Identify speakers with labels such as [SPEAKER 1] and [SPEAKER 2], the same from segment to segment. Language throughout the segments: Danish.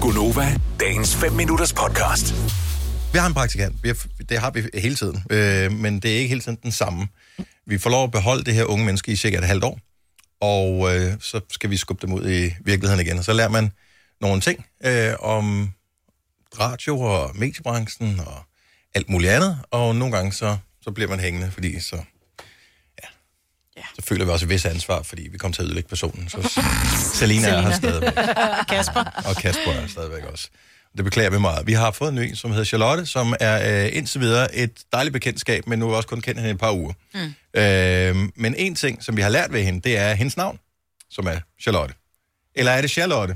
[SPEAKER 1] Gunova, dagens 5 minutters podcast.
[SPEAKER 2] Vi har en praktikant. Vi har, det har vi hele tiden. Øh, men det er ikke hele tiden den samme. Vi får lov at beholde det her unge menneske i cirka et halvt år. Og øh, så skal vi skubbe dem ud i virkeligheden igen. Og så lærer man nogle ting øh, om radio og mediebranchen og alt muligt andet. Og nogle gange så, så bliver man hængende, fordi så... Ja. Så føler vi også et vis ansvar, fordi vi kom til at ødelægge personen. Så Selina er her stadigvæk.
[SPEAKER 3] Kasper.
[SPEAKER 2] Og Kasper er stadigvæk også. Det beklager vi meget. Vi har fået en ny, som hedder Charlotte, som er øh, indtil videre et dejligt bekendtskab, men nu har vi også kun kendt hende i et par uger. Mm. Øh, men en ting, som vi har lært ved hende, det er hendes navn, som er Charlotte. Eller er det Charlotte?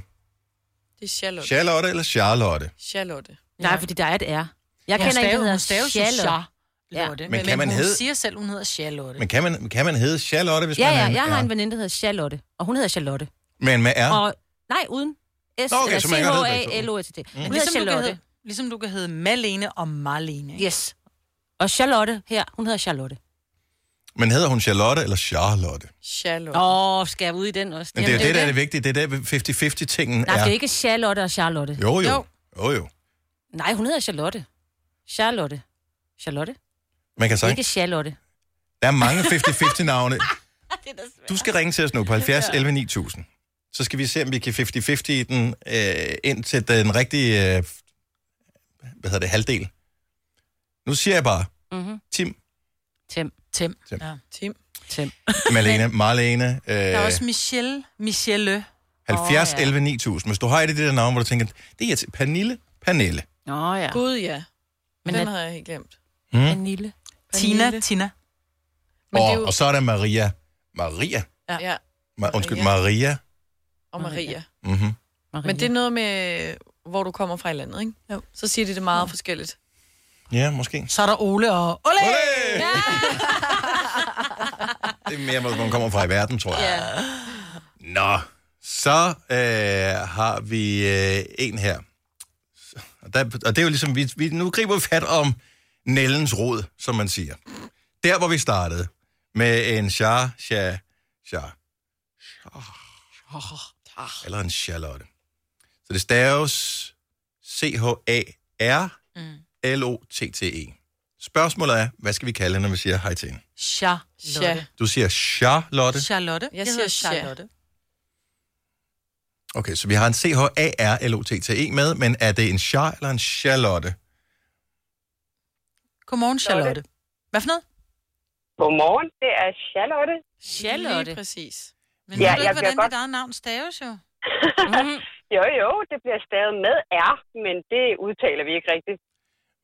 [SPEAKER 4] Det er Charlotte.
[SPEAKER 2] Charlotte eller Charlotte?
[SPEAKER 4] Charlotte.
[SPEAKER 3] Nej, fordi der er et R. Jeg ja, kender
[SPEAKER 5] stave-
[SPEAKER 3] en, der hedder
[SPEAKER 5] hun staves jo
[SPEAKER 3] Charlotte.
[SPEAKER 5] Charlotte.
[SPEAKER 2] Men kan man
[SPEAKER 5] hun
[SPEAKER 2] hedde-
[SPEAKER 5] siger selv, hun hedder Charlotte.
[SPEAKER 2] Men kan man, kan man hedde Charlotte, hvis
[SPEAKER 3] Ja,
[SPEAKER 2] man
[SPEAKER 3] ja,
[SPEAKER 2] er
[SPEAKER 3] jeg har
[SPEAKER 2] ja.
[SPEAKER 3] en veninde, der hedder Charlotte, og hun hedder Charlotte.
[SPEAKER 2] Men med R?
[SPEAKER 3] Og nej, uden S,
[SPEAKER 2] Nå, okay,
[SPEAKER 3] eller
[SPEAKER 2] så man kan godt hedde begge to. Mm.
[SPEAKER 3] C-H-A-L-O-T-T. Hun
[SPEAKER 5] ligesom,
[SPEAKER 3] hedder
[SPEAKER 5] du kan hedde,
[SPEAKER 3] Charlotte.
[SPEAKER 5] ligesom du kan hedde Malene og Marlene. ikke?
[SPEAKER 3] Yes. Og Charlotte her, hun hedder Charlotte.
[SPEAKER 2] Men hedder hun Charlotte eller Charlotte?
[SPEAKER 4] Charlotte.
[SPEAKER 3] Åh, oh, skal jeg ud i den også?
[SPEAKER 2] Men det er jo det, der er det vigtige. Det er der 50-50-tingen
[SPEAKER 3] Nej, det er
[SPEAKER 2] er.
[SPEAKER 3] jo ikke Charlotte og Charlotte.
[SPEAKER 2] Jo, jo.
[SPEAKER 5] Jo.
[SPEAKER 2] Jo, jo.
[SPEAKER 3] Nej, hun hedder Charlotte. Charlotte. Charlotte?
[SPEAKER 2] Man kan sige,
[SPEAKER 3] Ikke Charlotte.
[SPEAKER 2] der er mange 50-50-navne.
[SPEAKER 3] Det er da svært.
[SPEAKER 2] Du skal ringe til os nu på 70 11 9000. Så skal vi se, om vi kan 50-50 i den, øh, ind til den rigtige, øh, hvad hedder det, halvdel. Nu siger jeg bare,
[SPEAKER 3] Mhm.
[SPEAKER 2] Tim,
[SPEAKER 3] Tim.
[SPEAKER 5] Tim.
[SPEAKER 2] Tim.
[SPEAKER 5] Tim. Ja.
[SPEAKER 4] Tim.
[SPEAKER 3] Tim.
[SPEAKER 2] Malene, Marlene, øh,
[SPEAKER 5] Der er også Michelle. Michelle.
[SPEAKER 2] 70
[SPEAKER 5] Åh, ja.
[SPEAKER 2] 11 9000. Hvis du har et af de der navne, hvor du tænker, det er til Pernille, Pernille.
[SPEAKER 3] Åh, oh, ja.
[SPEAKER 4] Gud, ja. Men
[SPEAKER 3] Men
[SPEAKER 4] den
[SPEAKER 3] at-
[SPEAKER 4] har jeg helt glemt.
[SPEAKER 3] Pernille.
[SPEAKER 5] Tina.
[SPEAKER 4] Pernille.
[SPEAKER 5] Tina.
[SPEAKER 4] Men det er
[SPEAKER 2] Og,
[SPEAKER 4] jo-
[SPEAKER 2] og så er der Maria. Maria?
[SPEAKER 4] Ja,
[SPEAKER 2] Ma- undskyld,
[SPEAKER 4] Maria.
[SPEAKER 2] Maria.
[SPEAKER 4] og Maria.
[SPEAKER 2] Mm-hmm.
[SPEAKER 3] Maria.
[SPEAKER 4] Men det er noget med, hvor du kommer fra i landet, ikke? Jo. Så siger de det meget forskelligt.
[SPEAKER 2] Ja, måske.
[SPEAKER 5] Så er der Ole og... Ole!
[SPEAKER 2] Olé! det er mere, hvor man kommer fra i verden, tror jeg. Nå, så øh, har vi øh, en her. Og, der, og det er jo ligesom, vi, vi nu griber vi fat om Nellens rod, som man siger. Der, hvor vi startede med en sha, sha, sha, eller en Charlotte. Så det staves C-H-A-R-L-O-T-T-E. Spørgsmålet er, hvad skal vi kalde hende, når vi siger hej til hende?
[SPEAKER 5] Charlotte.
[SPEAKER 2] Du siger Charlotte.
[SPEAKER 5] Charlotte. Jeg,
[SPEAKER 4] siger
[SPEAKER 5] hedder
[SPEAKER 4] Sha.
[SPEAKER 5] Charlotte.
[SPEAKER 2] Okay, så vi har en C-H-A-R-L-O-T-T-E E med, men er det en Char eller en Charlotte?
[SPEAKER 5] Godmorgen, Charlotte. Hvad for noget?
[SPEAKER 6] Godmorgen, det er Charlotte.
[SPEAKER 4] Lige
[SPEAKER 3] Charlotte.
[SPEAKER 4] præcis.
[SPEAKER 5] Men
[SPEAKER 6] Ja,
[SPEAKER 5] ja, ved du
[SPEAKER 6] jeg
[SPEAKER 5] ikke, hvordan
[SPEAKER 6] bliver
[SPEAKER 5] dit
[SPEAKER 6] godt-
[SPEAKER 5] eget navn staves jo?
[SPEAKER 3] Mhm.
[SPEAKER 6] Jo, jo, det bliver stadig med R, men det udtaler vi ikke rigtigt.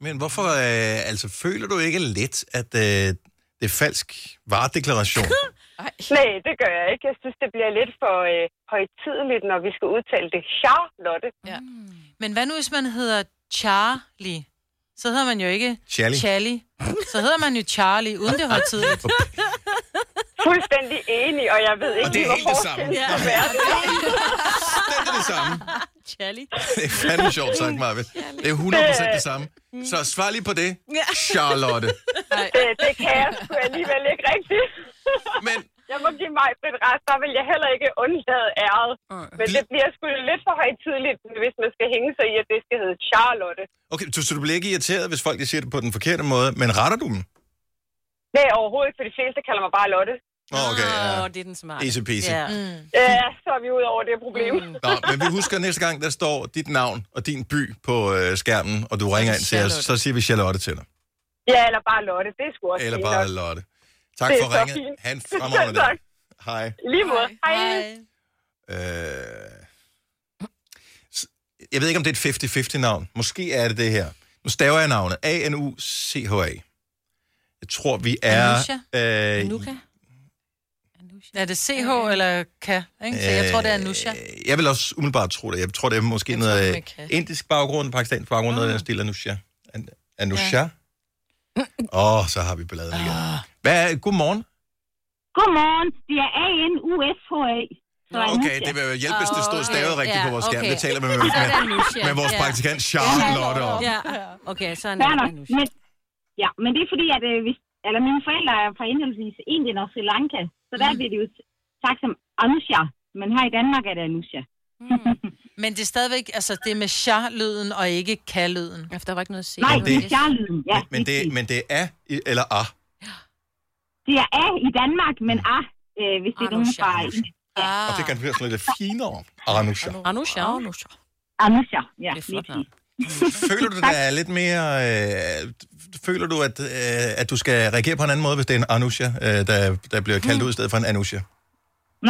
[SPEAKER 2] Men hvorfor, øh, altså føler du ikke lidt, at øh, det er falsk varedeklaration?
[SPEAKER 4] Ej.
[SPEAKER 6] Nej, det gør jeg ikke. Jeg synes, det bliver lidt for øh, højtideligt, når vi skal udtale det. Charlotte.
[SPEAKER 5] Men hvad nu, hvis man hedder Charlie? Så hedder man jo ikke
[SPEAKER 2] Charlie.
[SPEAKER 5] Charlie. Så hedder man jo Charlie, uden det højtideligt.
[SPEAKER 6] Fuldstændig enig, og jeg ved ikke,
[SPEAKER 2] Og det er
[SPEAKER 6] hvor
[SPEAKER 2] helt det
[SPEAKER 6] forskellen
[SPEAKER 2] samme.
[SPEAKER 6] skal være.
[SPEAKER 2] det er det samme.
[SPEAKER 3] Charlie.
[SPEAKER 2] Det er fandme sjovt sagt, Marvind. Det er 100% det samme. Så svar lige på det, Charlotte.
[SPEAKER 6] Det, det kan jeg sgu alligevel ikke rigtigt.
[SPEAKER 2] Men
[SPEAKER 6] Jeg må give mig et ret, der vil jeg heller ikke undlade æret. Men det bliver sgu lidt for højtideligt, hvis man skal hænge sig i, at det skal hedde Charlotte.
[SPEAKER 2] Okay, så, så du bliver ikke irriteret, hvis folk de siger det på den forkerte måde, men retter du dem?
[SPEAKER 6] Nej, overhovedet, for de fleste kalder mig bare Lotte.
[SPEAKER 2] Nå, okay,
[SPEAKER 3] Åh,
[SPEAKER 2] ja.
[SPEAKER 3] det er den smarte.
[SPEAKER 2] Easy peasy.
[SPEAKER 3] Ja.
[SPEAKER 6] Ja, så er vi ud over det problem.
[SPEAKER 2] Nå, men vi husker at næste gang, der står dit navn og din by på øh, skærmen, og du ringer ind til os, så siger vi Charlotte til dig.
[SPEAKER 6] Ja, eller bare Lotte. Det er sgu også
[SPEAKER 2] Eller
[SPEAKER 6] fint
[SPEAKER 2] bare
[SPEAKER 6] nok.
[SPEAKER 2] Lotte. Tak
[SPEAKER 6] Det er
[SPEAKER 2] for
[SPEAKER 6] så
[SPEAKER 2] ringet.
[SPEAKER 6] fint.
[SPEAKER 2] Ha' en fremragende dag.
[SPEAKER 6] Tak.
[SPEAKER 2] Hej.
[SPEAKER 6] I Lige måde. Hej. Hej.
[SPEAKER 2] Øh... s- Jeg ved ikke, om det er et 50-50 navn. Måske er det det her. Nu staver jeg navnet. A-N-U-C-H-A. Jeg tror, vi er... Øh,
[SPEAKER 3] Nuka.
[SPEAKER 5] Er det CH eller K? Ikke? Så jeg tror, det er Nusha.
[SPEAKER 2] Øh, Jeg vil også umiddelbart tro det. Jeg tror, det er måske
[SPEAKER 4] Jeg tror,
[SPEAKER 2] noget
[SPEAKER 4] det er
[SPEAKER 2] øh,
[SPEAKER 4] kan.
[SPEAKER 2] indisk baggrund, pakistansk baggrund, noget af den stil, Anusha. An- Anusha? Åh, oh, så har vi balladen igen. Hvad er, godmorgen.
[SPEAKER 7] Godmorgen, det er A-N-U-S-H-A. Så er
[SPEAKER 2] Okay,
[SPEAKER 7] Nusja.
[SPEAKER 2] det vil hjælpe, hvis det
[SPEAKER 3] Åh,
[SPEAKER 2] stod
[SPEAKER 3] okay.
[SPEAKER 2] stavet rigtigt
[SPEAKER 3] Ja,
[SPEAKER 2] på vores skærm.
[SPEAKER 3] okay.
[SPEAKER 2] Det taler vi med,
[SPEAKER 3] Så er det
[SPEAKER 2] med,
[SPEAKER 3] Anusha.
[SPEAKER 2] med vores
[SPEAKER 3] Ja.
[SPEAKER 2] praktikant Charlotte om.
[SPEAKER 3] Ja, okay, så er
[SPEAKER 7] Fair nok.
[SPEAKER 3] det Anusha.
[SPEAKER 7] Men, ja, men det er fordi, at øh, hvis, eller mine forældre er fra indholdsvis Indien og Sri Lanka, så der bliver det jo sagt som Anusha, men her i Danmark er det Anusha.
[SPEAKER 5] Men det er stadigvæk, altså det er med sja-lyden og ikke ka-lyden.
[SPEAKER 3] Ja, for der var ikke noget at se.
[SPEAKER 7] Nej,
[SPEAKER 2] Men
[SPEAKER 7] det
[SPEAKER 2] det-
[SPEAKER 7] er charlyden. Ja,
[SPEAKER 2] men, det, men det er i- eller ah.
[SPEAKER 7] det er A i Danmark, men
[SPEAKER 2] Mm.
[SPEAKER 7] A, øh, hvis det er
[SPEAKER 3] Arno
[SPEAKER 7] nogen fra
[SPEAKER 3] Charles.
[SPEAKER 2] Og det kan blive sådan lidt finere. Arnusha.
[SPEAKER 3] Anusha.
[SPEAKER 4] Anusha.
[SPEAKER 7] Anusha. Ja,
[SPEAKER 3] Det er flot
[SPEAKER 7] lige præcis.
[SPEAKER 2] Føler du, der er lidt mere... Øh, føler du, at, øh, at du skal reagere på en anden måde, hvis det er en Anusha, øh, der, der bliver kaldt ud i stedet for en Anusha?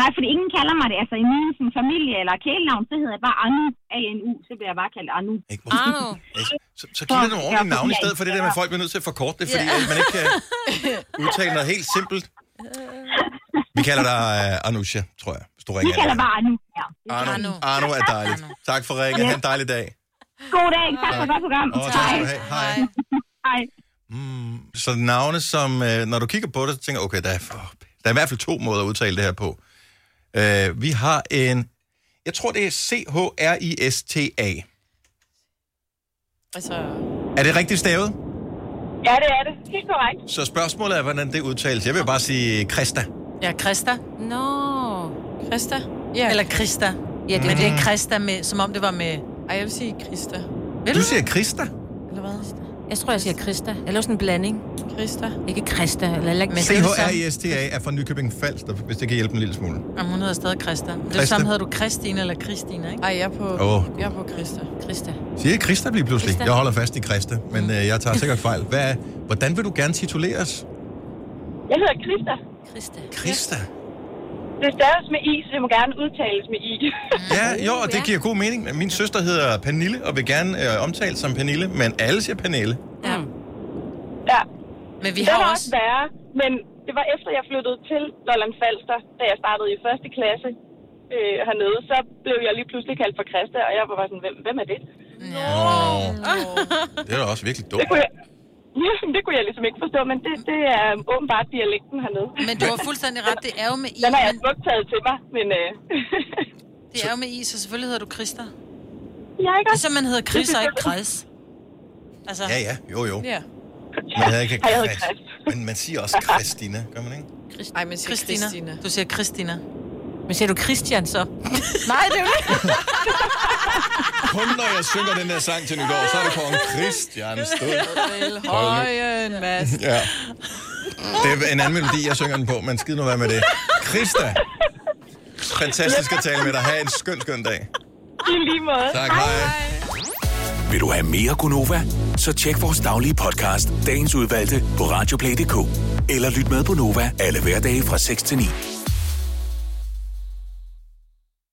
[SPEAKER 7] Nej, fordi ingen kalder mig det. Altså i min sådan, familie eller kælenavn, så hedder jeg bare Anu. A-N-U, så bliver jeg bare kaldt Anu.
[SPEAKER 2] Ikke? Hvorfor-
[SPEAKER 3] Arno.
[SPEAKER 2] Ja, Så, så, så giv det nogle ordentlige navne i stedet for det der med, at folk bliver nødt til at forkorte det, fordi yeah. man ikke kan udtale noget helt simpelt. Vi kalder dig øh, Anusha, tror jeg, hvis du
[SPEAKER 7] Vi
[SPEAKER 2] ringer.
[SPEAKER 7] kalder bare Anu. Ja.
[SPEAKER 2] Arno. Arno er dejligt. Tak for ringen. Ha' en dejlig dag.
[SPEAKER 7] God dag. Tak for et godt program.
[SPEAKER 2] Og tak skal du have. Hej.
[SPEAKER 7] Hej.
[SPEAKER 2] Mm, så navne, som øh, når du kigger på det, så tænker jeg, okay, der er, for, der er i hvert fald to måder at udtale det her på. Øh, vi har en, jeg tror det er C-H-R-I-S-T-A.
[SPEAKER 4] Altså,
[SPEAKER 2] Er det rigtigt stavet?
[SPEAKER 6] Ja, det er det. Helt korrekt.
[SPEAKER 2] Så spørgsmålet er, hvordan det udtales. Jeg vil bare sige Krista.
[SPEAKER 5] Ja, Krista.
[SPEAKER 3] Nå.
[SPEAKER 4] Krista?
[SPEAKER 5] Eller
[SPEAKER 4] Ja. Eller,
[SPEAKER 5] Krista.
[SPEAKER 3] Ja, det
[SPEAKER 5] Men
[SPEAKER 3] er
[SPEAKER 2] Mm.
[SPEAKER 5] det
[SPEAKER 3] det.
[SPEAKER 5] er Krista med, som om det var med...
[SPEAKER 4] ej, jeg vil sige Krista.
[SPEAKER 5] Ved
[SPEAKER 2] Du siger Krista?
[SPEAKER 4] Eller hvad?
[SPEAKER 3] Jeg tror, jeg siger Krista. Eller sådan en blanding.
[SPEAKER 4] Krista.
[SPEAKER 3] Ikke Krista, eller heller ikke
[SPEAKER 5] Men-
[SPEAKER 2] C-H-R-I-S-T-A er fra Nykøbing Falster, hvis det kan hjælpe en lille smule.
[SPEAKER 5] Jamen, hun hedder stadig Krista. Men Det er
[SPEAKER 2] Krista.
[SPEAKER 5] det samme, hedder du Kristine eller Kristine, ikke?
[SPEAKER 4] Ej, jeg er på,
[SPEAKER 2] Åh.
[SPEAKER 4] jeg er på Krista.
[SPEAKER 3] Krista.
[SPEAKER 2] Siger jeg Krista lige pludselig?
[SPEAKER 3] Krista.
[SPEAKER 2] Jeg holder fast i Krista, men øh, jeg tager sikkert fejl. Hvad, hvordan vil du gerne tituleres?
[SPEAKER 6] Jeg hedder Krista.
[SPEAKER 3] Krista.
[SPEAKER 2] Krista?
[SPEAKER 6] Det er stadig med i, så det må gerne udtales med i.
[SPEAKER 2] Ja, jo, og det giver god mening. Min søster hedder Pernille, og vil gerne øh, omtales som Pernille, men alle siger Pernille.
[SPEAKER 3] Ja.
[SPEAKER 6] ja.
[SPEAKER 5] Men vi
[SPEAKER 6] Det var
[SPEAKER 5] har
[SPEAKER 6] også
[SPEAKER 5] også...
[SPEAKER 6] værre, men det var efter, jeg flyttede til Lolland Falster, da jeg startede i første klasse øh, hernede, så blev jeg lige pludselig kaldt for Krista, og jeg var bare sådan, hvem, hvem er det?
[SPEAKER 2] Oh. Det er da også virkelig dumt.
[SPEAKER 6] Det kunne jeg, ja, det kunne jeg ligesom ikke forstå, men det, det er åbenbart dialekten hernede.
[SPEAKER 5] Men du har fuldstændig ret, det er jo med I,
[SPEAKER 6] Den har jeg
[SPEAKER 5] men
[SPEAKER 6] smukt taget til mig, men øh,
[SPEAKER 5] det er jo med I, så selvfølgelig hedder du Krista.
[SPEAKER 6] jeg er ikke også...
[SPEAKER 5] Så man hedder Chris og ikke Chris. Altså,
[SPEAKER 2] Ja, ja, jo, jo.
[SPEAKER 4] Ja.
[SPEAKER 2] Man hedder ikke
[SPEAKER 6] Ej, jeg hedder
[SPEAKER 2] Krist.
[SPEAKER 6] Krist.
[SPEAKER 2] Men man siger også Kristina, gør man ikke?
[SPEAKER 4] Ej, men siger
[SPEAKER 5] Christina.
[SPEAKER 4] Christina.
[SPEAKER 5] Du siger Christina.
[SPEAKER 3] Men siger du Christian så?
[SPEAKER 5] Nej, det er jo
[SPEAKER 2] Kun når jeg synger den der sang til nytår, så er det kong Christian Stød.
[SPEAKER 4] Til højen, Mads.
[SPEAKER 2] Ja. Det er en anden melodi, jeg synger den på, men skid nu være med det. Krista, fantastisk at tale med dig. Ha' en skøn, skøn dag.
[SPEAKER 6] I lige måde.
[SPEAKER 2] Tak, hej.
[SPEAKER 1] Vil du have mere Gunova? Så tjek vores daglige podcast, dagens udvalgte, på radioplay.dk. Eller lyt med på Nova alle hverdage fra 6 til 9.